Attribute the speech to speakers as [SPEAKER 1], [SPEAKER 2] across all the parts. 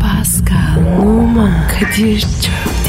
[SPEAKER 1] Pascal, Oman, Kadir çok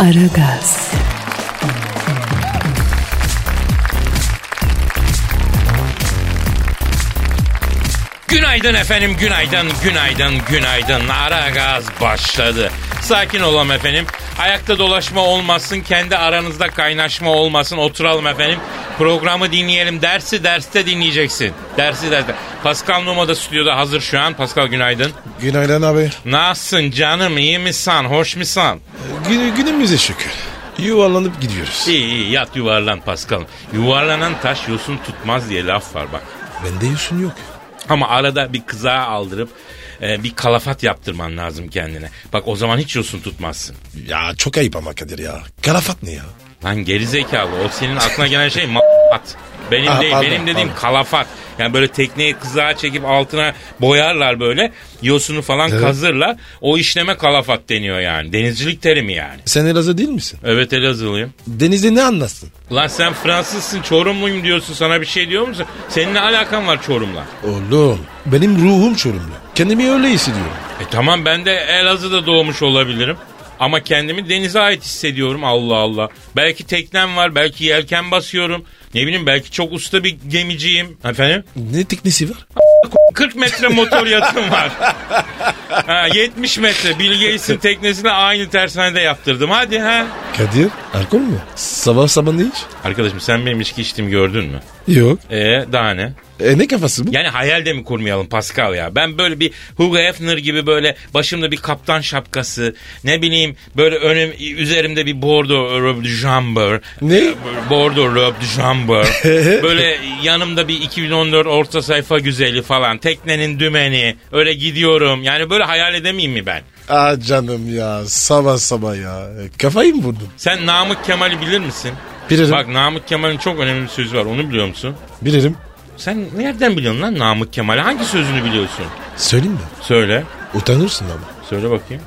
[SPEAKER 1] Aragaz,
[SPEAKER 2] Günaydın efendim, günaydın, günaydın, günaydın. Ara gaz başladı. Sakin olalım efendim. Ayakta dolaşma olmasın, kendi aranızda kaynaşma olmasın. Oturalım efendim. Programı dinleyelim. Dersi derste dinleyeceksin. Dersi derste. Pascal Numa da stüdyoda hazır şu an. Pascal günaydın.
[SPEAKER 3] Günaydın abi.
[SPEAKER 2] Nasılsın canım? iyi misin? Hoş musun?
[SPEAKER 3] Gün, günümüze şükür. Yuvarlanıp gidiyoruz.
[SPEAKER 2] İyi iyi yat yuvarlan Pascal. Yuvarlanan taş yosun tutmaz diye laf var bak.
[SPEAKER 3] Bende yosun yok.
[SPEAKER 2] Ama arada bir kıza aldırıp e, bir kalafat yaptırman lazım kendine. Bak o zaman hiç yosun tutmazsın.
[SPEAKER 3] Ya çok ayıp ama Kadir ya. Karafat ne ya?
[SPEAKER 2] Lan gerizekalı o senin aklına gelen şey ma**at. Benim
[SPEAKER 3] Ah,
[SPEAKER 2] değil
[SPEAKER 3] pardon,
[SPEAKER 2] benim dediğim
[SPEAKER 3] pardon.
[SPEAKER 2] kalafat. Yani böyle tekneyi kızağa çekip altına boyarlar böyle. Yosunu falan
[SPEAKER 3] Evet.
[SPEAKER 2] kazırlar. O işleme kalafat deniyor yani. Denizcilik terimi yani.
[SPEAKER 3] Sen Elazığ değil misin?
[SPEAKER 2] Evet Elazığlıyım.
[SPEAKER 3] Denizde ne anlarsın?
[SPEAKER 2] Lan sen Fransızsın Çorumluyum diyorsun sana bir şey diyor musun? Senin ne alakan var Çorum'la?
[SPEAKER 3] Oğlum benim ruhum çorumlu. Kendimi öyle hissediyorum.
[SPEAKER 2] E tamam ben de Elazığ'da doğmuş olabilirim. Ama kendimi denize ait hissediyorum Allah Allah. Belki teknem var, belki yelken basıyorum. Ne bileyim belki çok usta bir gemiciyim. Efendim?
[SPEAKER 3] Ne teknesi var?
[SPEAKER 2] 40 metre motor yatım var. ha, 70 metre Bill Gates'in teknesini aynı tersanede yaptırdım. Hadi ha.
[SPEAKER 3] Kadir alkol mü? Sabah sabah ne iç?
[SPEAKER 2] Arkadaşım sen benim içki içtim gördün mü?
[SPEAKER 3] Yok.
[SPEAKER 2] E daha ne?
[SPEAKER 3] E ne kafası bu?
[SPEAKER 2] Yani hayal de mi kurmayalım Pascal ya? Ben böyle bir Hugo Hefner gibi böyle başımda bir kaptan şapkası, ne bileyim böyle önüm üzerimde bir bordo robe de jambur.
[SPEAKER 3] Ne?
[SPEAKER 2] e, Bordo robe de jambur. böyle yanımda bir 2014 orta sayfa güzeli falan, teknenin dümeni, öyle gidiyorum. Yani böyle hayal edemeyeyim mi ben?
[SPEAKER 3] Aa canım ya sabah sabah ya. E, Kafayı mı vurdun?
[SPEAKER 2] Sen Namık Kemal'i bilir misin?
[SPEAKER 3] Bilirim.
[SPEAKER 2] Bak Namık Kemal'in çok önemli bir sözü var. Onu biliyor musun?
[SPEAKER 3] Bilirim.
[SPEAKER 2] Sen nereden biliyorsun lan Namık Kemal'i? Hangi sözünü biliyorsun?
[SPEAKER 3] Söyleyeyim mi?
[SPEAKER 2] Söyle.
[SPEAKER 3] Utanırsın ama.
[SPEAKER 2] Söyle bakayım.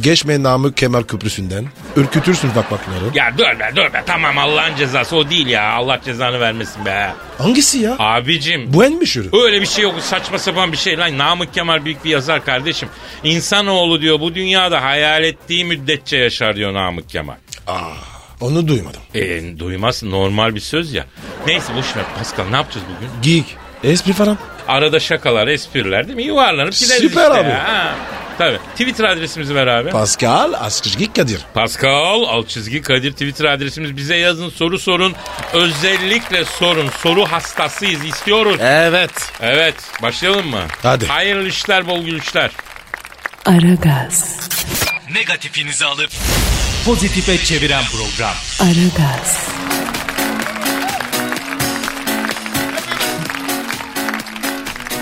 [SPEAKER 3] Geçme namık Kemal Köprüsü'nden. Ürkütürsün bakmakları.
[SPEAKER 2] Ya dur be dur be tamam Allah'ın cezası o değil ya Allah cezanı vermesin be.
[SPEAKER 3] Hangisi ya?
[SPEAKER 2] Abicim
[SPEAKER 3] Bu en meşhuru.
[SPEAKER 2] öyle bir şey yok saçma sapan bir şey lan Namık Kemal büyük bir yazar kardeşim. İnsanoğlu diyor bu dünyada hayal ettiği müddetçe yaşar diyor Namık Kemal.
[SPEAKER 3] Aa, onu duymadım.
[SPEAKER 2] E, duymaz normal bir söz ya. Neyse boş ver Pascal ne yapacağız bugün?
[SPEAKER 3] Geek. Espri falan.
[SPEAKER 2] Arada şakalar espriler değil mi yuvarlanıp gideriz
[SPEAKER 3] Süper
[SPEAKER 2] işte
[SPEAKER 3] abi.
[SPEAKER 2] ya, ha. Tabii. Twitter adresimizi ver abi.
[SPEAKER 3] Pascal Askışgik Kadir.
[SPEAKER 2] Pascal alt çizgi Kadir Twitter adresimiz bize yazın soru sorun özellikle sorun soru hastasıyız istiyoruz.
[SPEAKER 3] Evet.
[SPEAKER 2] Evet başlayalım mı?
[SPEAKER 3] Hadi.
[SPEAKER 2] Hayırlı işler bol gülüşler.
[SPEAKER 1] Aragaz,
[SPEAKER 4] Negatifinizi alıp pozitife çeviren program.
[SPEAKER 1] Aragaz,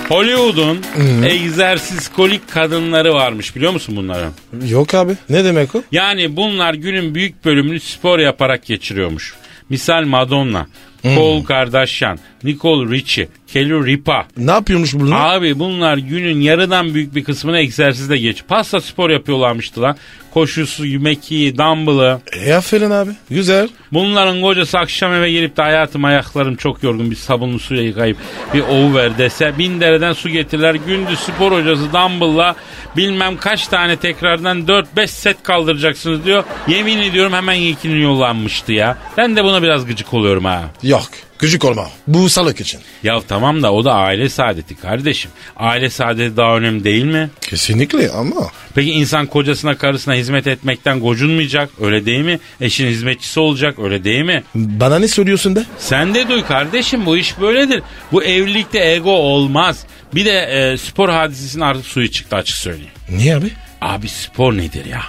[SPEAKER 2] Hollywood'un
[SPEAKER 3] Hmm.
[SPEAKER 2] egzersiz kolik kadınları varmış biliyor musun bunların?
[SPEAKER 3] Yok abi. Ne demek o?
[SPEAKER 2] Yani bunlar günün büyük bölümünü spor yaparak geçiriyormuş. Misal Madonna,
[SPEAKER 3] Hmm.
[SPEAKER 2] Cole Kardashian, Nicole Richie, Kelly Ripa,
[SPEAKER 3] Ne yapıyormuş bunlar?
[SPEAKER 2] Abi bunlar günün yarıdan büyük bir kısmını egzersizle geç. Pasta spor yapıyorlarmıştı lan. Koşusu, mekiği, dumbbell'ı.
[SPEAKER 3] E aferin abi. Güzel.
[SPEAKER 2] Bunların kocası akşam eve gelip de hayatım ayaklarım çok yorgun bir sabunlu suya yıkayıp bir ovu ver dese bin dereden su getirirler. Gündüz spor hocası dumbbell'la bilmem kaç tane tekrardan 4-5 set kaldıracaksınız diyor. Yemin ediyorum hemen ilkini yollanmıştı ya. Ben de buna biraz gıcık oluyorum ha.
[SPEAKER 3] Yok. Küçük olma. Bu salık için.
[SPEAKER 2] Ya tamam da o da aile saadeti kardeşim. Aile saadeti daha önemli değil mi?
[SPEAKER 3] Kesinlikle ama.
[SPEAKER 2] Peki insan kocasına karısına hizmet etmekten gocunmayacak öyle değil mi? Eşin hizmetçisi olacak öyle değil mi?
[SPEAKER 3] Bana ne söylüyorsun de?
[SPEAKER 2] Sen de duy kardeşim bu iş böyledir. Bu evlilikte ego olmaz. Bir de e, spor hadisesinin artık suyu çıktı açık söyleyeyim.
[SPEAKER 3] Niye abi?
[SPEAKER 2] Abi spor nedir ya?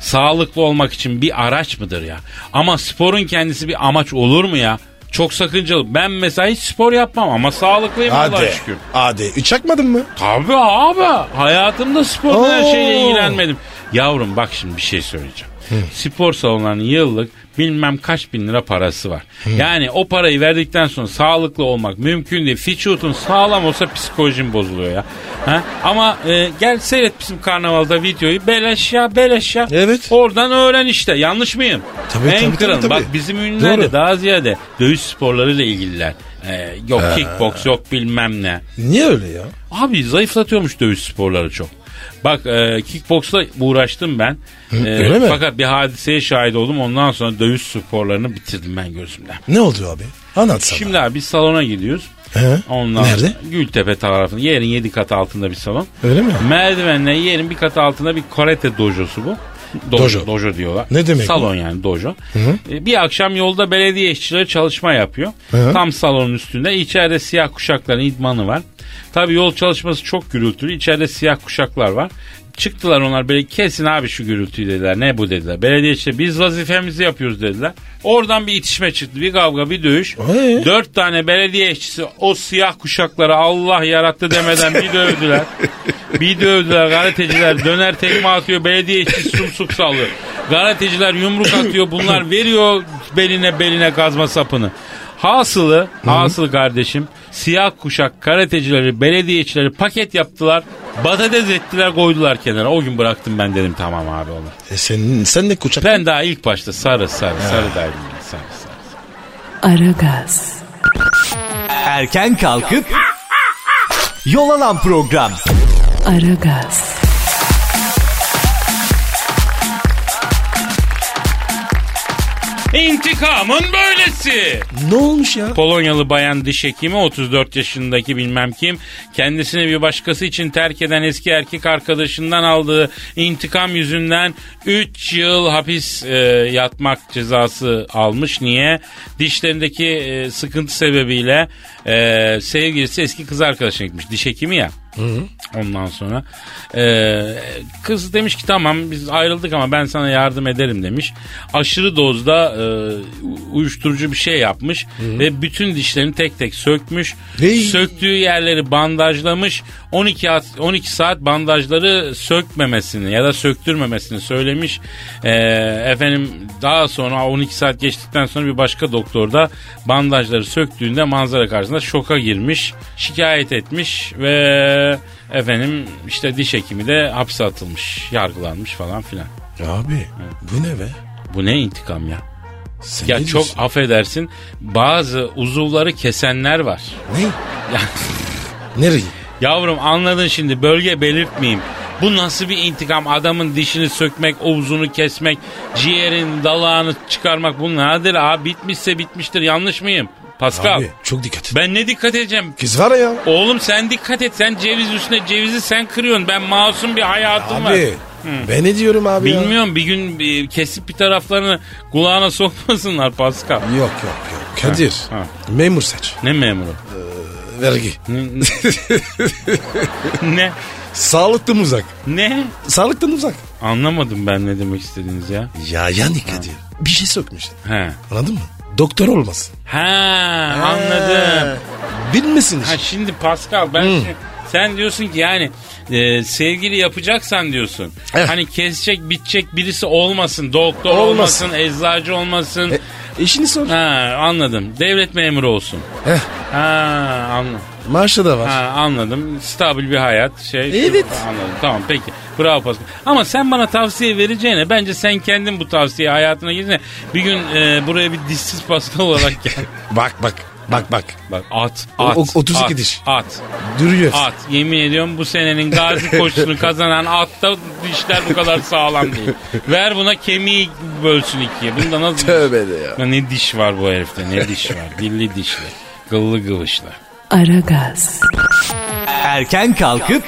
[SPEAKER 2] Sağlıklı olmak için bir araç mıdır ya? Ama sporun kendisi bir amaç olur mu ya? Çok sakıncalı. Ben mesela hiç spor yapmam ama sağlıklıyım Allah'a
[SPEAKER 3] Hadi.
[SPEAKER 2] şükür.
[SPEAKER 3] Hadi. E, Çakmadın mı?
[SPEAKER 2] Tabii abi. Hayatımda sporla her
[SPEAKER 3] Oo.
[SPEAKER 2] şeyle ilgilenmedim. Yavrum bak şimdi bir şey söyleyeceğim. Spor salonlarının yıllık bilmem kaç bin lira parası var. Yani o parayı verdikten sonra sağlıklı olmak mümkün değil. Fiçut'un sağlam olsa psikolojim bozuluyor ya. Ha? Ama e, gel seyret bizim karnavalda videoyu. Beleş ya beleş ya.
[SPEAKER 3] Evet.
[SPEAKER 2] Oradan öğren işte. Yanlış mıyım?
[SPEAKER 3] Tabii,
[SPEAKER 2] En
[SPEAKER 3] tabii, tabii,
[SPEAKER 2] kralın.
[SPEAKER 3] tabii.
[SPEAKER 2] Bak bizim ünlüler de
[SPEAKER 3] Doğru.
[SPEAKER 2] daha ziyade dövüş sporlarıyla ilgililer. E, yok kickbox yok bilmem ne.
[SPEAKER 3] Niye öyle ya?
[SPEAKER 2] Abi zayıflatıyormuş dövüş sporları çok. Bak e, kickboksla uğraştım ben. E,
[SPEAKER 3] öyle mi?
[SPEAKER 2] Fakat bir hadiseye şahit oldum. Ondan sonra dövüş sporlarını bitirdim ben gözümden.
[SPEAKER 3] Ne oldu abi? Anlat sana.
[SPEAKER 2] Şimdi abi biz salona gidiyoruz.
[SPEAKER 3] He?
[SPEAKER 2] Ondan
[SPEAKER 3] Nerede?
[SPEAKER 2] Gültepe tarafında. Yerin 7 kat altında bir salon.
[SPEAKER 3] Öyle mi?
[SPEAKER 2] Merdivenle yerin bir kat altında bir karate dojosu bu. Do-
[SPEAKER 3] Dojo.
[SPEAKER 2] Dojo diyorlar.
[SPEAKER 3] Ne demek bu?
[SPEAKER 2] Salon yani dojo. E, Bir akşam yolda belediye işçileri çalışma yapıyor.
[SPEAKER 3] Hı.
[SPEAKER 2] Tam salonun üstünde. içeride siyah kuşakların idmanı var. Tabii yol çalışması çok gürültülü. İçeride siyah kuşaklar var. Çıktılar onlar böyle kesin abi şu gürültüyü dediler. Ne bu dediler. Belediye işte biz vazifemizi yapıyoruz dediler. Oradan bir itişme çıktı. Bir kavga bir dövüş.
[SPEAKER 3] Ee?
[SPEAKER 2] Dört tane belediye işçisi o siyah kuşakları Allah yarattı demeden bir dövdüler. bir dövdüler gazeteciler döner tekme atıyor belediye işçisi sumsuk sallıyor. Gazeteciler yumruk atıyor bunlar veriyor beline beline kazma sapını. Hasılı, hasılı kardeşim siyah kuşak karatecileri, belediye işçileri paket yaptılar. Patates ettiler koydular kenara. O gün bıraktım ben dedim tamam abi onu.
[SPEAKER 3] E sen, sen ne kucak?
[SPEAKER 2] Ben daha ilk başta sarı sarı sarı derdim. ben, Sarı sarı.
[SPEAKER 1] Aragaz,
[SPEAKER 4] Erken kalkıp yol alan program.
[SPEAKER 1] Aragaz,
[SPEAKER 2] İntikamın böylesi.
[SPEAKER 3] Ne olmuş ya?
[SPEAKER 2] Polonyalı bayan diş hekimi 34 yaşındaki bilmem kim kendisini bir başkası için terk eden eski erkek arkadaşından aldığı intikam yüzünden 3 yıl hapis e, yatmak cezası almış. Niye? Dişlerindeki e, sıkıntı sebebiyle e, sevgilisi eski kız arkadaşına gitmiş. Diş hekimi ya. Ondan sonra e, kız demiş ki tamam biz ayrıldık ama ben sana yardım ederim demiş. Aşırı dozda e, u- uyuşturucu bir şey yapmış ve bütün dişlerini tek tek sökmüş.
[SPEAKER 3] Hey.
[SPEAKER 2] Söktüğü yerleri bandajlamış. 12 at- 12 saat bandajları sökmemesini ya da söktürmemesini söylemiş. E, efendim daha sonra 12 saat geçtikten sonra bir başka doktor da bandajları söktüğünde manzara karşısında şoka girmiş. Şikayet etmiş ve efendim işte diş hekimi de hapse atılmış, yargılanmış falan filan.
[SPEAKER 3] Abi bu ne be?
[SPEAKER 2] Bu ne intikam ya?
[SPEAKER 3] Sen
[SPEAKER 2] Ya
[SPEAKER 3] ne
[SPEAKER 2] çok
[SPEAKER 3] diyorsun?
[SPEAKER 2] affedersin bazı uzuvları kesenler var.
[SPEAKER 3] Ne?
[SPEAKER 2] Ya,
[SPEAKER 3] Nereye?
[SPEAKER 2] yavrum anladın şimdi bölge belirtmeyeyim. Bu nasıl bir intikam? Adamın dişini sökmek, omzunu kesmek, ciğerin dalağını çıkarmak bu nedir abi? Bitmişse bitmiştir yanlış mıyım? Pascal
[SPEAKER 3] Abi çok dikkat et.
[SPEAKER 2] ben ne dikkat edeceğim?
[SPEAKER 3] Kız var ya.
[SPEAKER 2] Oğlum sen dikkat et sen ceviz üstüne cevizi sen kırıyorsun. Ben masum bir hayatım var. Hmm.
[SPEAKER 3] Abi Hmm. ben ne diyorum abi ya?
[SPEAKER 2] Bilmiyorum bir gün e, kesip bir taraflarını kulağına sokmasınlar Pascal.
[SPEAKER 3] Yok yok yok. Kadir.
[SPEAKER 2] Ha, ha.
[SPEAKER 3] Memur seç.
[SPEAKER 2] Ne memuru?
[SPEAKER 3] Vergi.
[SPEAKER 2] Ne- ne?
[SPEAKER 3] Sağlıktan uzak.
[SPEAKER 2] Ne?
[SPEAKER 3] Sağlıktan uzak.
[SPEAKER 2] Anlamadım ben ne demek istediğiniz ya.
[SPEAKER 3] Ya yani Kadir. Bir şey sokmuş.
[SPEAKER 2] He.
[SPEAKER 3] Anladın mı? Doktor olmasın.
[SPEAKER 2] Ha anladım.
[SPEAKER 3] Bilmesin
[SPEAKER 2] Ha
[SPEAKER 3] işte.
[SPEAKER 2] şimdi Pascal ben şimdi- sen diyorsun ki yani e, sevgili yapacaksan diyorsun.
[SPEAKER 3] Eh.
[SPEAKER 2] Hani kesecek bitecek birisi olmasın. Doktor olmasın,
[SPEAKER 3] Olmasın.
[SPEAKER 2] eczacı olmasın.
[SPEAKER 3] E, eşini sor.
[SPEAKER 2] Ha anladım. Devlet memuru olsun.
[SPEAKER 3] Heh,
[SPEAKER 2] Ha anladım.
[SPEAKER 3] maaşı da var.
[SPEAKER 2] Ha, anladım. Stabil bir hayat. Şey,
[SPEAKER 3] Evet.
[SPEAKER 2] Anladım. Tamam peki. Bravo Pascal. Ama sen bana tavsiye vereceğine bence sen kendin bu tavsiyeyi hayatına girsene. Bir gün e, buraya bir dişsiz Pascal olarak gel.
[SPEAKER 3] Bak bak. Bak bak.
[SPEAKER 2] Bak at,
[SPEAKER 3] O-
[SPEAKER 2] at.
[SPEAKER 3] o- 32
[SPEAKER 2] at,
[SPEAKER 3] diş.
[SPEAKER 2] At,
[SPEAKER 3] Duruyor.
[SPEAKER 2] at. Yemin ediyorum bu senenin gazi koşusunu kazanan atta dişler bu kadar sağlam değil. Ver buna kemiği bölsün ikiye. Bunda nasıl
[SPEAKER 3] Tövbe de ya.
[SPEAKER 2] Ya ne diş var bu herifte ne diş var. Dilli dişli. Gıllı kıvışlı.
[SPEAKER 1] Aragaz,
[SPEAKER 4] Erken kalkıp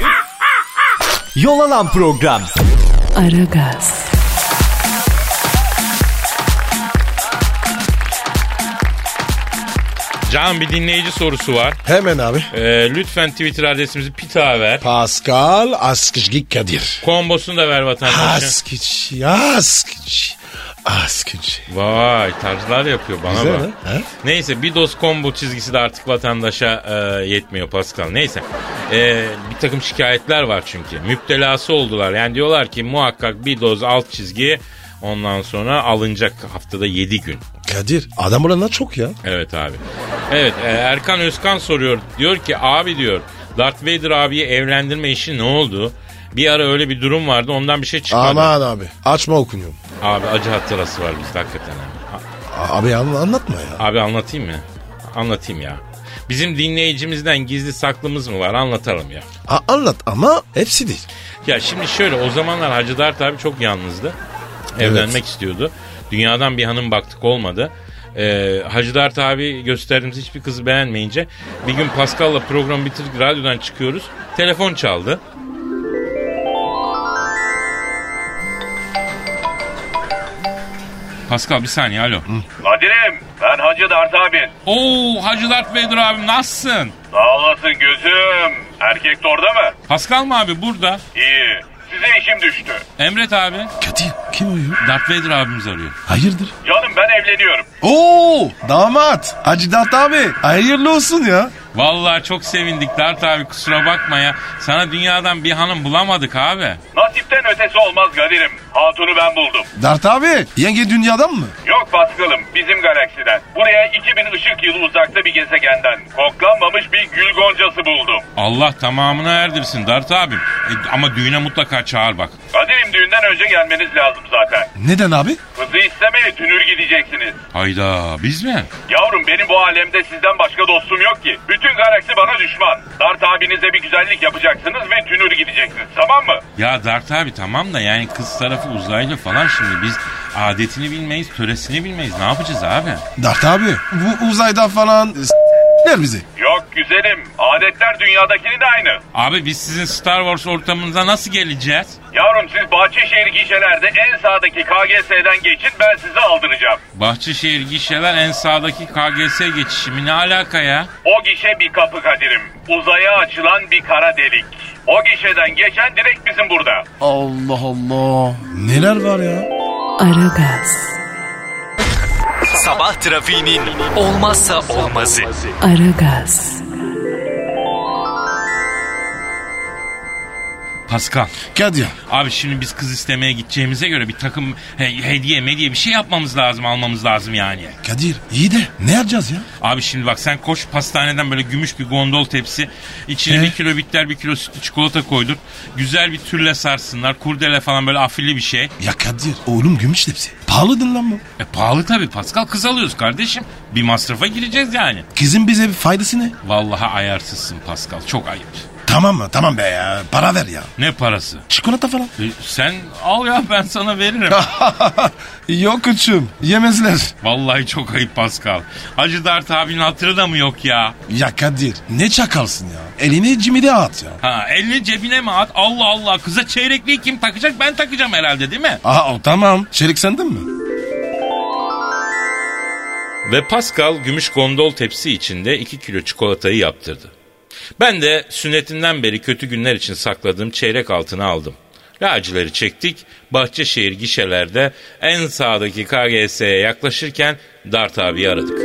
[SPEAKER 4] yol alan program.
[SPEAKER 1] Aragaz,
[SPEAKER 2] Can bir dinleyici sorusu var.
[SPEAKER 3] Hemen abi.
[SPEAKER 2] Ee, lütfen Twitter adresimizi pita ver.
[SPEAKER 3] Pascal Askışgi Kadir.
[SPEAKER 2] Kombosunu da ver vatandaşa.
[SPEAKER 3] Askış. Askış. Askıcı.
[SPEAKER 2] Vay tarzlar yapıyor bana
[SPEAKER 3] Güzel
[SPEAKER 2] bak.
[SPEAKER 3] ha? He?
[SPEAKER 2] Neyse bir doz combo çizgisi de artık vatandaşa e, yetmiyor Pascal. Neyse E, bir takım şikayetler var çünkü. Müptelası oldular. Yani diyorlar ki muhakkak bir doz alt çizgi ondan sonra alınacak haftada 7 gün.
[SPEAKER 3] Kadir adam oranlar çok ya.
[SPEAKER 2] Evet abi. Evet e, Erkan Özkan soruyor. Diyor ki abi diyor Darth Vader abiyi evlendirme işi ne oldu? Bir ara öyle bir durum vardı ondan bir şey çıkmadı.
[SPEAKER 3] Aman abi açma okunuyorum.
[SPEAKER 2] Abi acı hatırası var bizde hakikaten. abi.
[SPEAKER 3] A- Abi an- anlatma ya.
[SPEAKER 2] Abi anlatayım mı? Anlatayım ya. Bizim dinleyicimizden gizli saklımız mı var? Anlatalım ya.
[SPEAKER 3] A- anlat ama hepsi değil.
[SPEAKER 2] Ya şimdi şöyle o zamanlar Hacı Dert abi çok yalnızdı. Evlenmek istiyordu. Dünyadan bir hanım baktık olmadı. Ee, Hacı Dert abi gösterdiğimiz hiçbir kızı beğenmeyince bir gün Pascal'la programı bitirdik radyodan çıkıyoruz. Telefon çaldı. Pascal bir saniye alo.
[SPEAKER 5] Kadir'im ben Hacı Dert abin.
[SPEAKER 2] Oo Hacı Dert Vedir abim nasılsın?
[SPEAKER 5] Sağ olasın gözüm. Erkek de orada mı?
[SPEAKER 2] Pascal mı abi burada?
[SPEAKER 5] İyi. Size işim düştü.
[SPEAKER 2] Emret abi.
[SPEAKER 3] Kadir kim o ya?
[SPEAKER 2] Darth Vader abimiz arıyor.
[SPEAKER 3] Hayırdır?
[SPEAKER 5] Canım ben evleniyorum.
[SPEAKER 3] Oo damat Hacı Dert abi hayırlı olsun ya.
[SPEAKER 2] Vallahi çok sevindik Darth abi kusura bakma ya. Sana dünyadan bir hanım bulamadık abi.
[SPEAKER 5] Nasipten ötesi olmaz Kadir'im. Hatunu ben buldum.
[SPEAKER 3] Dert abi yenge dünyadan mı?
[SPEAKER 5] Yok Paskal'ım bizim galaksiden. Buraya 2000 ışık yılı uzakta bir gezegenden. Koklanmamış bir gül goncası buldum.
[SPEAKER 2] Allah tamamına erdirsin Darth abim. E, ama düğüne mutlaka çağır bak.
[SPEAKER 5] Kadir'im düğünden önce gelmeniz lazım zaten.
[SPEAKER 3] Neden abi?
[SPEAKER 5] Kızı istemeye tünür gideceksiniz.
[SPEAKER 2] Hayda biz mi?
[SPEAKER 5] Yavrum benim bu alemde sizden başka dostum yok ki. Bütün galaksi bana düşman. Dart abinize bir güzellik yapacaksınız ve tünür gideceksiniz tamam mı?
[SPEAKER 2] Ya Darth abi tamam da yani kız tarafı uzaylı falan şimdi biz adetini bilmeyiz, töresini bilmeyiz. Ne yapacağız abi?
[SPEAKER 3] Dert abi bu uzayda falan s**ler bizi.
[SPEAKER 5] Yok güzelim. Adetler dünyadakinin de aynı.
[SPEAKER 2] Abi biz sizin Star Wars ortamınıza nasıl geleceğiz?
[SPEAKER 5] Yavrum siz Bahçeşehir gişelerde en sağdaki KGS'den geçin ben sizi aldıracağım.
[SPEAKER 2] Bahçeşehir gişeler en sağdaki KGS geçişimi ne alaka ya?
[SPEAKER 5] O gişe bir kapı Kadir'im. Uzaya açılan bir kara delik. O gişeden geçen direkt bizim burada.
[SPEAKER 3] Allah Allah. Neler var ya?
[SPEAKER 1] Aragaz,
[SPEAKER 4] Sabah trafiğinin olmazsa olmazı.
[SPEAKER 1] Aragaz,
[SPEAKER 2] Pascal.
[SPEAKER 3] Kadir
[SPEAKER 2] Abi şimdi biz kız istemeye gideceğimize göre bir takım he- hediye mediye bir şey yapmamız lazım almamız lazım yani.
[SPEAKER 3] Kadir iyi de ne yapacağız ya?
[SPEAKER 2] Abi şimdi bak sen koş pastaneden böyle gümüş bir gondol tepsi içine
[SPEAKER 3] He.
[SPEAKER 2] bir kilo bitter bir kilo sütlü çikolata koydur. Güzel bir türle sarsınlar kurdele falan böyle afilli bir şey.
[SPEAKER 3] Ya Kadir oğlum gümüş tepsi. Pahalıdın lan bu.
[SPEAKER 2] E pahalı tabii Pascal kız alıyoruz kardeşim. Bir masrafa gireceğiz yani.
[SPEAKER 3] Kızın bize bir faydası ne?
[SPEAKER 2] Vallahi ayarsızsın Pascal çok ayıp.
[SPEAKER 3] Tamam mı? Tamam be ya. Para ver ya.
[SPEAKER 2] Ne parası?
[SPEAKER 3] Çikolata falan.
[SPEAKER 2] E, sen al ya ben sana veririm.
[SPEAKER 3] Yok uçum. Yemezler.
[SPEAKER 2] Vallahi çok ayıp Pascal. Hacı Dert abinin hatırı da mı yok ya?
[SPEAKER 3] Ya Kadir ne çakalsın ya. Elini cimide at ya.
[SPEAKER 2] Ha elini cebine mi at? Allah Allah kıza çeyrekliği kim takacak? Ben takacağım herhalde değil mi?
[SPEAKER 3] Aa o tamam. Çelik sendin mi?
[SPEAKER 2] Ve Pascal gümüş gondol tepsi içinde 2 kilo çikolatayı yaptırdı. Ben de sünnetimden beri kötü günler için sakladığım çeyrek altını aldım. Lacileri çektik. Bahçeşehir gişelerde en sağdaki KGS'ye yaklaşırken Dart abiyi aradık.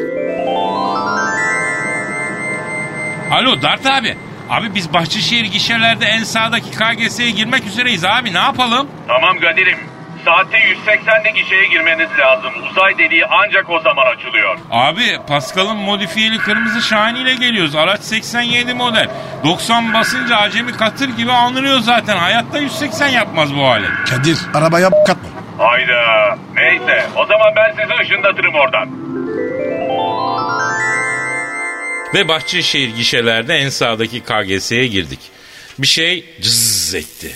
[SPEAKER 2] Alo Dart abi. Abi biz Bahçeşehir gişelerde en sağdaki KGS'ye girmek üzereyiz abi ne yapalım?
[SPEAKER 5] Tamam Kadir'im. Saatte 180'de gişeye girmeniz lazım. Uzay deliği ancak o zaman açılıyor.
[SPEAKER 2] Abi Pascal'ın modifiyeli kırmızı şahiniyle geliyoruz. Araç 87 model. 90 basınca acemi katır gibi anırıyor zaten. Hayatta 180 yapmaz bu alet.
[SPEAKER 3] Kadir arabaya b- katma.
[SPEAKER 5] Hayda. Neyse o zaman ben sizi ışınlatırım oradan.
[SPEAKER 2] Ve Bahçeşehir gişelerde en sağdaki KGS'ye girdik. Bir şey cız etti.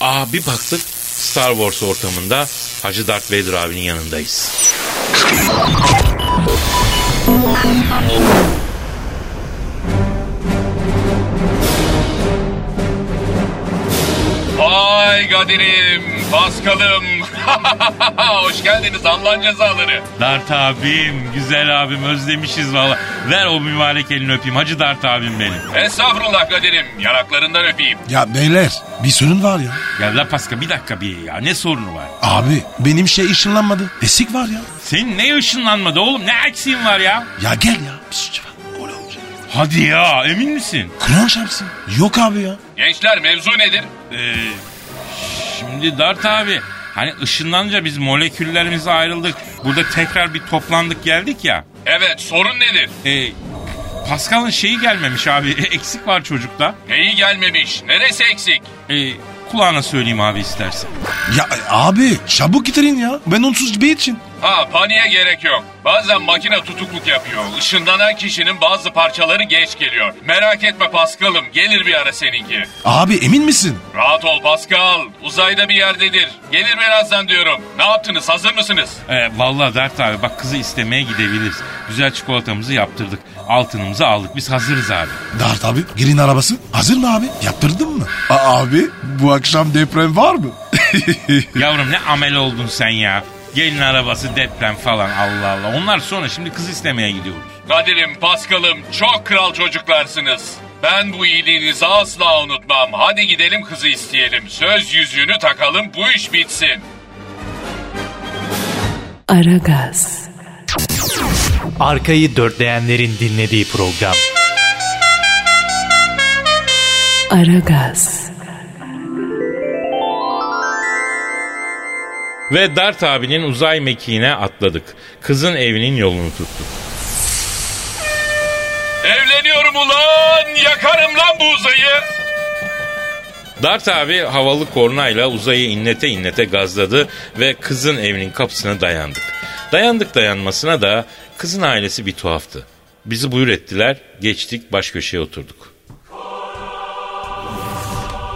[SPEAKER 2] Aa bir baktık Star Wars ortamında Hacı Darth Vader abinin yanındayız. Aa
[SPEAKER 5] Vay Kadir'im, Paskal'ım. Hoş geldiniz Allah'ın cezaları.
[SPEAKER 2] Dart abim, güzel abim özlemişiz valla. Ver o mübarek elini öpeyim Hacı Dart abim benim.
[SPEAKER 5] Estağfurullah Kadir'im, yanaklarından öpeyim.
[SPEAKER 3] Ya beyler bir sorun var ya.
[SPEAKER 2] Ya La Pascal bir dakika bir ya ne sorunu var?
[SPEAKER 3] Abi benim şey ışınlanmadı. Esik var ya.
[SPEAKER 2] Senin ne ışınlanmadı oğlum ne eksiğin var ya?
[SPEAKER 3] Ya gel ya. Pişt, gol olacak.
[SPEAKER 2] Hadi ya emin misin?
[SPEAKER 3] Kur'an şapsın. Yok abi ya.
[SPEAKER 5] Gençler mevzu nedir?
[SPEAKER 2] Ee, şimdi Dart abi hani ışınlanınca biz moleküllerimize ayrıldık. Burada tekrar bir toplandık geldik ya.
[SPEAKER 5] Evet, sorun nedir?
[SPEAKER 2] Ee, Pascal'ın şeyi gelmemiş abi eksik var çocukta.
[SPEAKER 5] Neyi gelmemiş, neresi eksik?
[SPEAKER 2] Ee, kulağına söyleyeyim abi istersen.
[SPEAKER 3] Ya e, abi çabuk getirin ya. Ben onsuz bir için.
[SPEAKER 5] Ha paniğe gerek yok. Bazen makine tutukluk yapıyor. Işınlanan kişinin bazı parçaları geç geliyor. Merak etme Paskal'ım gelir bir ara seninki.
[SPEAKER 3] Abi emin misin?
[SPEAKER 5] Rahat ol Pascal. Uzayda bir yerdedir. Gelir birazdan diyorum. Ne yaptınız hazır mısınız?
[SPEAKER 2] Ee, vallahi Dert abi bak kızı istemeye gidebiliriz. Güzel çikolatamızı yaptırdık. Altınımızı aldık. Biz hazırız abi.
[SPEAKER 3] Dart abi girin arabası. Hazır mı abi? Yaptırdın mı? A- abi bu akşam deprem var mı?
[SPEAKER 2] Yavrum ne amel oldun sen ya. Gelin arabası deprem falan Allah Allah. Onlar sonra şimdi kız istemeye gidiyoruz.
[SPEAKER 5] Kadir'im Paskal'ım çok kral çocuklarsınız. Ben bu iyiliğinizi asla unutmam. Hadi gidelim kızı isteyelim. Söz yüzüğünü takalım bu iş bitsin.
[SPEAKER 1] Aragaz,
[SPEAKER 4] Arkayı dörtleyenlerin dinlediği program.
[SPEAKER 1] Aragaz,
[SPEAKER 2] Ve Dart abinin uzay mekiğine atladık. Kızın evinin yolunu tuttuk.
[SPEAKER 5] Evleniyorum ulan yakarım lan bu uzayı.
[SPEAKER 2] Dart abi havalı kornayla uzayı inlete inlete gazladı ve kızın evinin kapısına dayandık. Dayandık dayanmasına da kızın ailesi bir tuhaftı. Bizi buyur ettiler, geçtik baş köşeye oturduk.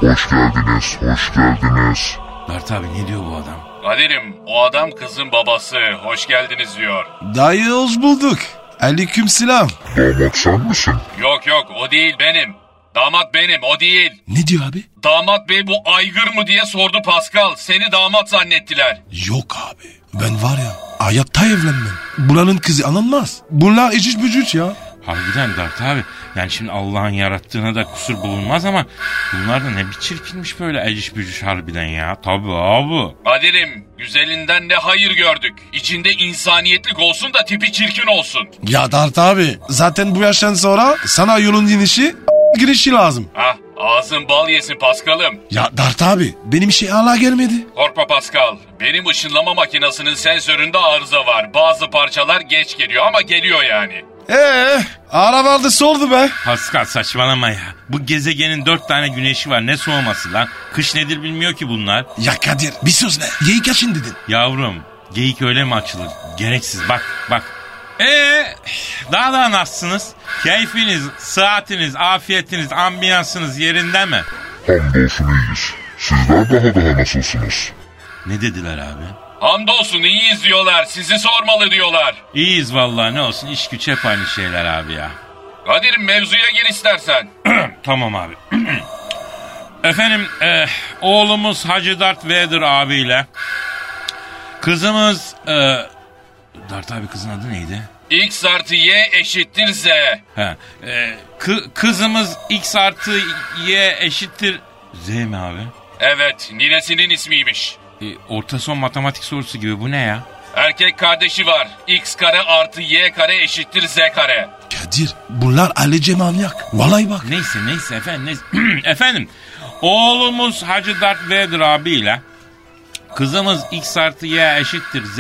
[SPEAKER 6] Hoş geldiniz, hoş geldiniz.
[SPEAKER 2] Dart abi ne diyor bu adam?
[SPEAKER 5] Kadir'im o adam kızın babası. Hoş geldiniz diyor.
[SPEAKER 3] Dayı hoş bulduk. Aleyküm selam.
[SPEAKER 6] Damat sen misin?
[SPEAKER 5] Yok yok o değil benim. Damat benim o değil.
[SPEAKER 3] Ne diyor abi?
[SPEAKER 5] Damat bey bu aygır mı diye sordu Pascal. Seni damat zannettiler.
[SPEAKER 3] Yok abi. Ben var ya hayatta evlenmem. Buranın kızı anılmaz. Bunlar eciş bücüç ya.
[SPEAKER 2] Harbiden Dart abi. Yani şimdi Allah'ın yarattığına da kusur bulunmaz ama bunlar da ne bir çirkinmiş böyle eciş bücüş harbiden ya. Tabii abi.
[SPEAKER 5] Kadir'im güzelinden ne hayır gördük. İçinde insaniyetlik olsun da tipi çirkin olsun.
[SPEAKER 3] Ya Dart abi zaten bu yaştan sonra sana yolun inişi girişi lazım.
[SPEAKER 5] Hah Ah, ağzın bal yesin Pascal'ım.
[SPEAKER 3] Ya Dart abi benim şey hala gelmedi.
[SPEAKER 5] Korkma Pascal. Benim ışınlama makinesinin sensöründe arıza var. Bazı parçalar geç geliyor ama geliyor yani.
[SPEAKER 3] Ee, ara vardı sordu be.
[SPEAKER 2] Pascal saçmalama ya. Bu gezegenin dört tane güneşi var ne soğuması lan. Kış nedir bilmiyor ki bunlar.
[SPEAKER 3] Ya Kadir bir söz ver. Yeği kaçın dedin.
[SPEAKER 2] Yavrum geyik öyle mi açılır? Gereksiz bak bak. Ee daha da nasılsınız? Keyfiniz, saatiniz, afiyetiniz, ambiyansınız yerinde mi?
[SPEAKER 6] Hamdolsun iyiyiz. Sizler daha daha nasılsınız?
[SPEAKER 2] Ne dediler abi?
[SPEAKER 5] Hamdolsun iyiyiz diyorlar. Sizi sormalı diyorlar.
[SPEAKER 2] İyiyiz vallahi ne olsun iş güç hep aynı şeyler abi ya.
[SPEAKER 5] Kadir'im mevzuya gir istersen.
[SPEAKER 2] Tamam abi. Efendim eh, oğlumuz Hacı Dart Vedir abiyle kızımız eh, Dart abi kızın adı neydi?
[SPEAKER 5] X artı Y eşittir Z.
[SPEAKER 2] Ha, eh, kı- kızımız X artı Y eşittir Z mi abi?
[SPEAKER 5] Evet, ninesinin ismiymiş.
[SPEAKER 2] E, orta son matematik sorusu gibi bu ne ya?
[SPEAKER 5] Erkek kardeşi var. X kare artı Y kare eşittir Z kare.
[SPEAKER 3] Kadir bunlar ailece manyak. Vallahi bak.
[SPEAKER 2] Neyse neyse efendim neyse. efendim oğlumuz Hacı Dert Vedir abiyle kızımız X artı Y eşittir Z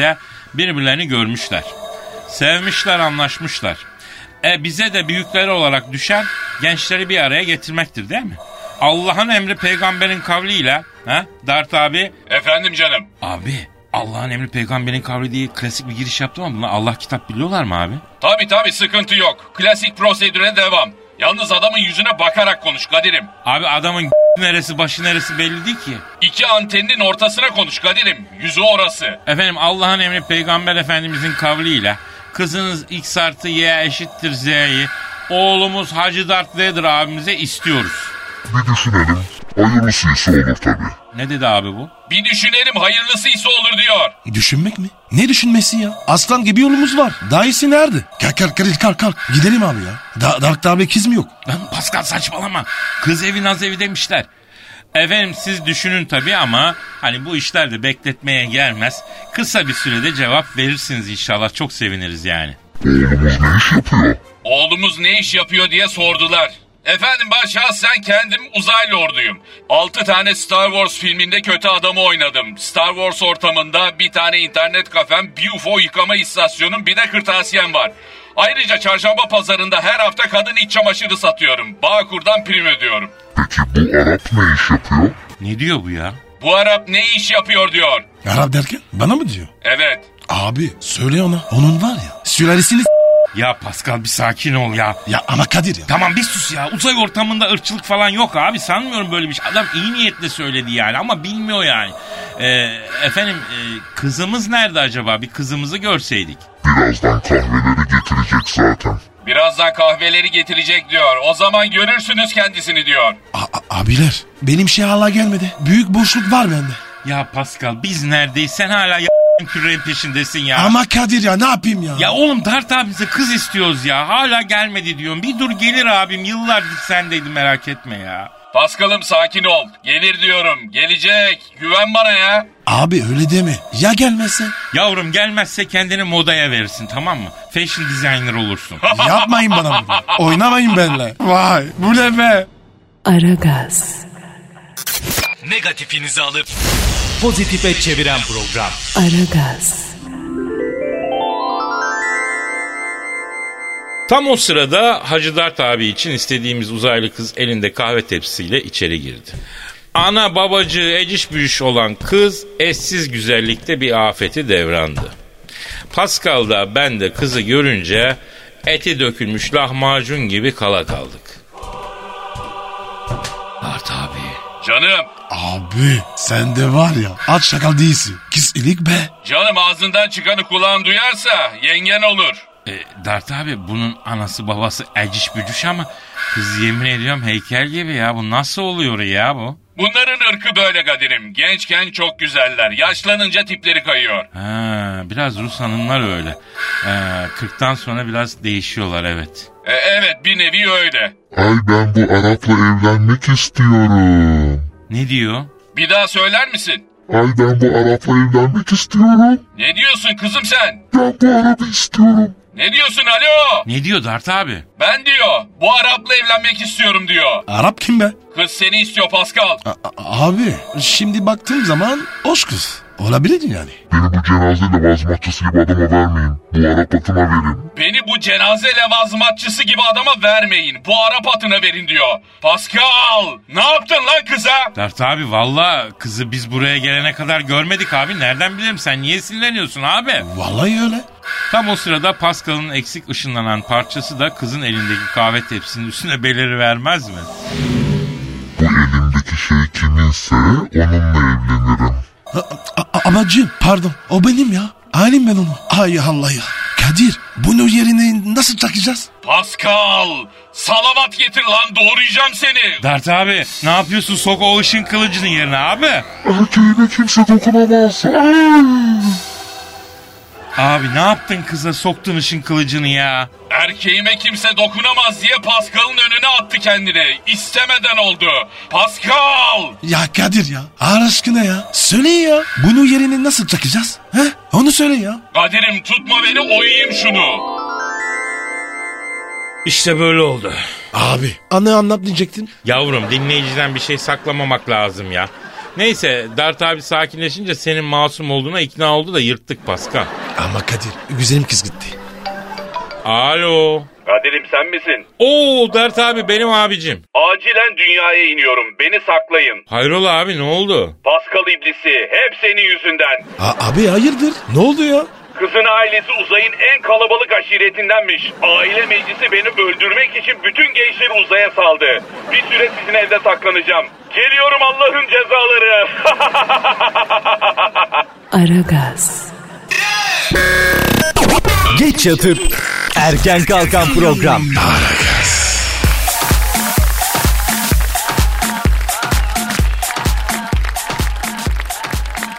[SPEAKER 2] birbirlerini görmüşler. Sevmişler anlaşmışlar. E bize de büyükleri olarak düşen gençleri bir araya getirmektir değil mi? Allah'ın emri peygamberin kavliyle ha Dert abi
[SPEAKER 5] Efendim canım.
[SPEAKER 2] abi Allah'ın emri peygamberin kavli diye klasik bir giriş yaptım ama buna Allah kitap biliyorlar mı abi?
[SPEAKER 5] Tabi tabi sıkıntı yok. Klasik prosedüre devam. Yalnız adamın yüzüne bakarak konuş Kadir'im.
[SPEAKER 2] Abi adamın neresi başı neresi belli değil ki.
[SPEAKER 5] İki anteninin ortasına konuş Kadir'im. Yüzü orası.
[SPEAKER 2] Efendim Allah'ın emri peygamber efendimizin kavliyle kızınız X artı Y eşittir Z'yi oğlumuz Hacı Dert Vedir abimize istiyoruz.
[SPEAKER 6] Bir düşünelim. Hayırlısıysa olur tabii.
[SPEAKER 2] Ne dedi abi bu?
[SPEAKER 5] Bir düşünelim hayırlısıysa olur diyor.
[SPEAKER 3] Düşünmek mi? Ne düşünmesi ya? Aslan gibi yolumuz var. Daha iyisi nerede? Kalk kalk kalk kalk kalk. Gidelim abi ya. Da Dark'ta abi kız mı yok?
[SPEAKER 2] Lan Pascal saçmalama. Kız evi naz evi demişler. Efendim siz düşünün tabii ama hani bu işler de bekletmeye gelmez. Kısa bir sürede cevap verirsiniz inşallah. Çok seviniriz yani.
[SPEAKER 6] Oğlumuz ne iş yapıyor?
[SPEAKER 5] Oğlumuz ne iş yapıyor diye sordular. Efendim ben şahsen kendim uzay lorduyum. 6 tane Star Wars filminde kötü adamı oynadım. Star Wars ortamında bir tane internet kafem, bir UFO yıkama istasyonum, bir de kırtasiyem var. Ayrıca çarşamba pazarında her hafta kadın iç çamaşırı satıyorum. Bağkur'dan prim ödüyorum.
[SPEAKER 6] Peki bu Arap ne iş yapıyor?
[SPEAKER 2] Ne diyor bu ya?
[SPEAKER 5] Bu Arap ne iş yapıyor diyor.
[SPEAKER 3] Arap derken bana mı diyor?
[SPEAKER 5] Evet.
[SPEAKER 3] Abi söyle ona. Onun var ya. Sülalesini s-
[SPEAKER 2] Ya Pascal bir sakin ol ya.
[SPEAKER 3] Ya ama Kadir ya.
[SPEAKER 2] Tamam bir sus ya. Uzay ortamında ırkçılık falan yok abi. Sanmıyorum böyle bir şey. Adam iyi niyetle söyledi yani ama bilmiyor yani. Ee, efendim e, kızımız nerede acaba? Bir kızımızı görseydik.
[SPEAKER 6] Birazdan kahveleri getirecek zaten.
[SPEAKER 5] Birazdan kahveleri getirecek diyor. O zaman görürsünüz kendisini diyor.
[SPEAKER 3] A- a- abiler benim şey hala gelmedi. Büyük boşluk var bende.
[SPEAKER 2] Ya Pascal biz neredeyiz? Sen hala ya küreğin peşindesin ya.
[SPEAKER 3] Ama Kadir ya ne yapayım ya?
[SPEAKER 2] Ya oğlum Dert abimize kız istiyoruz ya. Hala gelmedi diyorum. Bir dur gelir abim. Yıllardır sendeydi merak etme ya.
[SPEAKER 5] Paskal'ım sakin ol. Gelir diyorum. Gelecek. Güven bana ya.
[SPEAKER 3] Abi öyle deme. Ya gelmezse?
[SPEAKER 2] Yavrum gelmezse kendini modaya verirsin tamam mı? Fashion designer olursun.
[SPEAKER 3] Yapmayın bana bunu. Oynamayın benimle. Vay bu ne be?
[SPEAKER 1] Aragaz,
[SPEAKER 4] Negatifinizi alıp pozitife çeviren program.
[SPEAKER 1] Aragaz,
[SPEAKER 2] Tam o sırada Hacı Dert abi için istediğimiz uzaylı kız elinde kahve tepsisiyle içeri girdi. Ana babacı eciş büyüş olan kız eşsiz güzellikte bir afeti devrandı. Pascal da ben de kızı görünce eti dökülmüş lahmacun gibi kala kaldık. Dert abi.
[SPEAKER 5] Canım.
[SPEAKER 3] Abi sen de var ya aç şakal değilsin. Kız ilik be.
[SPEAKER 5] Canım ağzından çıkanı kulağın duyarsa yengen olur.
[SPEAKER 2] E, Dert abi bunun anası babası eciş bücüş ama kız yemin ediyorum heykel gibi ya bu nasıl oluyor ya bu?
[SPEAKER 5] Bunların ırkı böyle Kadir'im. Gençken çok güzeller. Yaşlanınca tipleri kayıyor.
[SPEAKER 2] Ha, biraz Rus hanımlar öyle. Ee, 40'tan sonra biraz değişiyorlar evet.
[SPEAKER 5] E, evet bir nevi öyle.
[SPEAKER 6] Ay ben bu Arap'la evlenmek istiyorum.
[SPEAKER 2] Ne diyor?
[SPEAKER 5] Bir daha söyler misin?
[SPEAKER 6] Ay ben bu Arap'la evlenmek istiyorum.
[SPEAKER 5] Ne diyorsun kızım sen?
[SPEAKER 6] Ben bu Arap'ı istiyorum.
[SPEAKER 5] Ne diyorsun alo?
[SPEAKER 2] Ne diyor Dart abi?
[SPEAKER 5] Ben diyor. Bu Arap'la evlenmek istiyorum diyor.
[SPEAKER 3] Arap kim be?
[SPEAKER 5] Kız seni istiyor Pascal.
[SPEAKER 3] A- a- abi şimdi baktığım zaman hoş kız. Olabilir yani.
[SPEAKER 6] Beni bu cenazeyle vazmaççısı gibi adama vermeyin. Bu Arap atına verin.
[SPEAKER 5] Beni bu cenaze levazımatçısı gibi adama vermeyin. Bu Arap atına verin diyor. Pascal ne yaptın lan kıza?
[SPEAKER 2] Dart abi valla kızı biz buraya gelene kadar görmedik abi. Nereden bilirim sen niye sinirleniyorsun abi?
[SPEAKER 3] Vallahi öyle.
[SPEAKER 2] Tam o sırada Pascal'ın eksik ışınlanan parçası da kızın elindeki kahve tepsinin üstüne beliri vermez mi?
[SPEAKER 6] Bu elimdeki şey kiminse onunla evlenirim.
[SPEAKER 3] A- a- a- amacım pardon o benim ya. Halim ben onu. Ay Allah ya. Kadir bunu yerine nasıl takacağız?
[SPEAKER 5] Pascal salavat getir lan doğrayacağım seni.
[SPEAKER 2] Dert abi ne yapıyorsun sok o ışın kılıcının yerine abi.
[SPEAKER 6] Erkeğine kimse dokunamaz. Ay.
[SPEAKER 2] Abi ne yaptın kıza soktun ışın kılıcını ya.
[SPEAKER 5] Erkeğime kimse dokunamaz diye Pascal'ın önüne attı kendini. İstemeden oldu. Pascal
[SPEAKER 3] Ya Kadir ya. Allah aşkına ya. Söyle ya. Bunu yerine nasıl takacağız? He? Onu söyle ya.
[SPEAKER 5] Kadir'im tutma beni oyayım şunu.
[SPEAKER 2] İşte böyle oldu.
[SPEAKER 3] Abi. Anı anlat diyecektin.
[SPEAKER 2] Yavrum dinleyiciden bir şey saklamamak lazım ya. Neyse Dert abi sakinleşince senin masum olduğuna ikna oldu da yırttık Pascal.
[SPEAKER 3] Ama Kadir güzelim kız gitti.
[SPEAKER 2] Alo.
[SPEAKER 5] Kadir'im sen misin?
[SPEAKER 2] Oo Dert abi benim abicim.
[SPEAKER 5] Acilen dünyaya iniyorum. Beni saklayın.
[SPEAKER 2] Hayrola abi ne oldu?
[SPEAKER 5] Pascal iblisi hep senin yüzünden.
[SPEAKER 3] A- abi hayırdır? Ne oldu ya?
[SPEAKER 5] Kızın ailesi uzayın en kalabalık aşiretindenmiş. Aile meclisi beni öldürmek için bütün gençleri uzaya saldı. Bir süre sizin evde saklanacağım. Geliyorum Allah'ın cezaları.
[SPEAKER 1] Aragaz,
[SPEAKER 4] Geç yatıp erken kalkan program.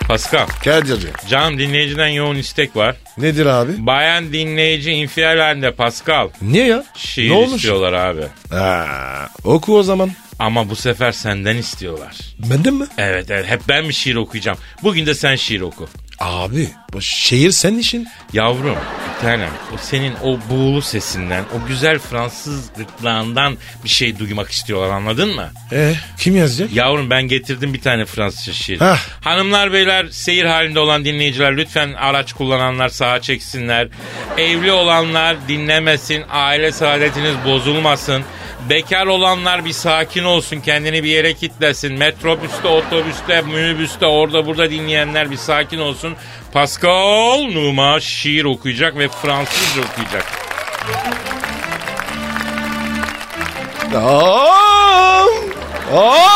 [SPEAKER 2] Pascal,
[SPEAKER 3] Kadir'cim.
[SPEAKER 2] canım dinleyiciden yoğun istek var.
[SPEAKER 3] Nedir abi?
[SPEAKER 2] Bayan dinleyici infial halinde Pascal.
[SPEAKER 3] Niye ya?
[SPEAKER 2] Şiir
[SPEAKER 3] ne olmuş?
[SPEAKER 2] istiyorlar abi.
[SPEAKER 3] Ha, oku o zaman.
[SPEAKER 2] Ama bu sefer senden istiyorlar.
[SPEAKER 3] Benden mi?
[SPEAKER 2] Evet, evet hep ben bir şiir okuyacağım. Bugün de sen şiir oku.
[SPEAKER 3] Abi bu şehir senin işin.
[SPEAKER 2] Yavrum bir tanem o senin o buğulu sesinden o güzel Fransız gırtlağından bir şey duymak istiyorlar anladın mı?
[SPEAKER 3] E kim yazacak?
[SPEAKER 2] Yavrum ben getirdim bir tane Fransızca şiir.
[SPEAKER 3] Hah.
[SPEAKER 2] Hanımlar beyler seyir halinde olan dinleyiciler lütfen araç kullananlar sağa çeksinler. Evli olanlar dinlemesin aile saadetiniz bozulmasın. Bekar olanlar bir sakin olsun kendini bir yere kitlesin. Metrobüste, otobüste, minibüste orada burada dinleyenler bir sakin olsun. Pascal Numa şiir okuyacak ve Fransızca okuyacak.
[SPEAKER 3] Am, am.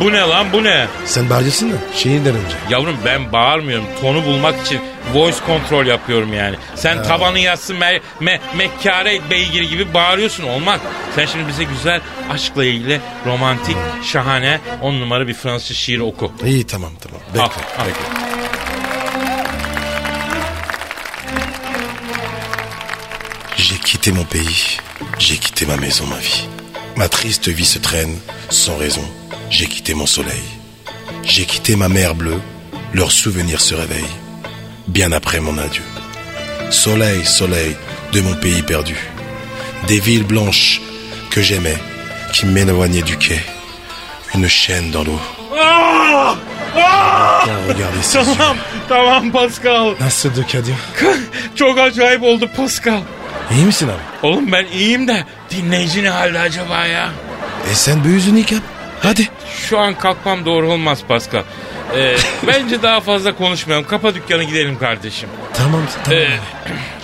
[SPEAKER 2] Bu ne lan bu ne?
[SPEAKER 3] Sen bağırıyorsun da şehirden önce.
[SPEAKER 2] Yavrum ben bağırmıyorum. Tonu bulmak için voice kontrol yapıyorum yani. Sen tabanı yatsın me, me, mekkare beygir gibi bağırıyorsun olmak. Sen şimdi bize güzel aşkla ilgili romantik, şahane on numara bir Fransızca şiir oku.
[SPEAKER 3] İyi tamam tamam. Bekle.
[SPEAKER 2] Al, al.
[SPEAKER 3] J'ai quitté mon pays, j'ai quitté ma maison, ma vie. Ma triste vie se traîne, sans raison. J'ai quitté mon soleil. J'ai quitté ma mer bleue, leurs souvenirs se réveillent, bien après mon adieu. Soleil, soleil de mon pays perdu. Des villes blanches que j'aimais, qui m'éloignaient du quai. Une chaîne dans l'eau. Regardez ses yeux.
[SPEAKER 2] Ah Tamam, tamam Pascal.
[SPEAKER 3] Nasıl dökedi?
[SPEAKER 2] Çok acayip oldu Pascal.
[SPEAKER 3] İyi misin abi?
[SPEAKER 2] Oğlum ben iyiyim de dinleyici ne halde acaba ya?
[SPEAKER 3] E sen bu yüzünü yıkap. Hadi.
[SPEAKER 2] Şu an kalkmam doğru olmaz Pascal. Ee, bence daha fazla konuşmayalım. Kapa dükkanı gidelim kardeşim.
[SPEAKER 3] Tamam tamam.
[SPEAKER 2] Ee,
[SPEAKER 3] E,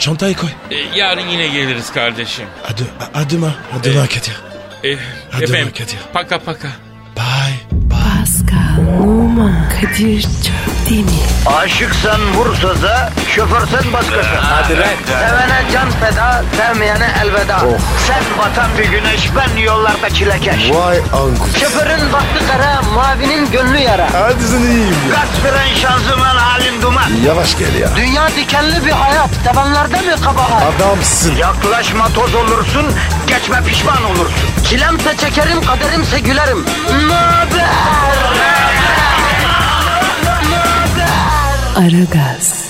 [SPEAKER 3] Çantayı koy.
[SPEAKER 2] Ee, yarın yine geliriz kardeşim.
[SPEAKER 3] Hadi, adına, adına Kadir.
[SPEAKER 2] Ee,
[SPEAKER 3] Hadi
[SPEAKER 2] Eh, efendim,
[SPEAKER 3] bak, hadi.
[SPEAKER 2] paka paka.
[SPEAKER 3] Bye.
[SPEAKER 1] Pascal, Oman, Kadir çok değil mi?
[SPEAKER 7] Aşıksan vursa da, şoförsen başkasın. Hadi Sevene can feda, sevmeyene elveda. Sen batan bir güneş, ben yollarda çilekeş.
[SPEAKER 3] Vay anku.
[SPEAKER 7] Şoförün baktı kara, mavinin gönlü yara.
[SPEAKER 3] Hadi sen iyiyim ya.
[SPEAKER 7] Kasperen şanzıman halin duman.
[SPEAKER 3] Yavaş gel ya.
[SPEAKER 7] Dünya dikenli bir hayat, sevenlerde mi
[SPEAKER 3] Ah.
[SPEAKER 7] kabahar?
[SPEAKER 3] Adamsın.
[SPEAKER 7] Yaklaşma toz olursun, geçme pişman olursun. Çilemse çekerim, kaderimse gülerim. Möber!
[SPEAKER 1] Aragaz.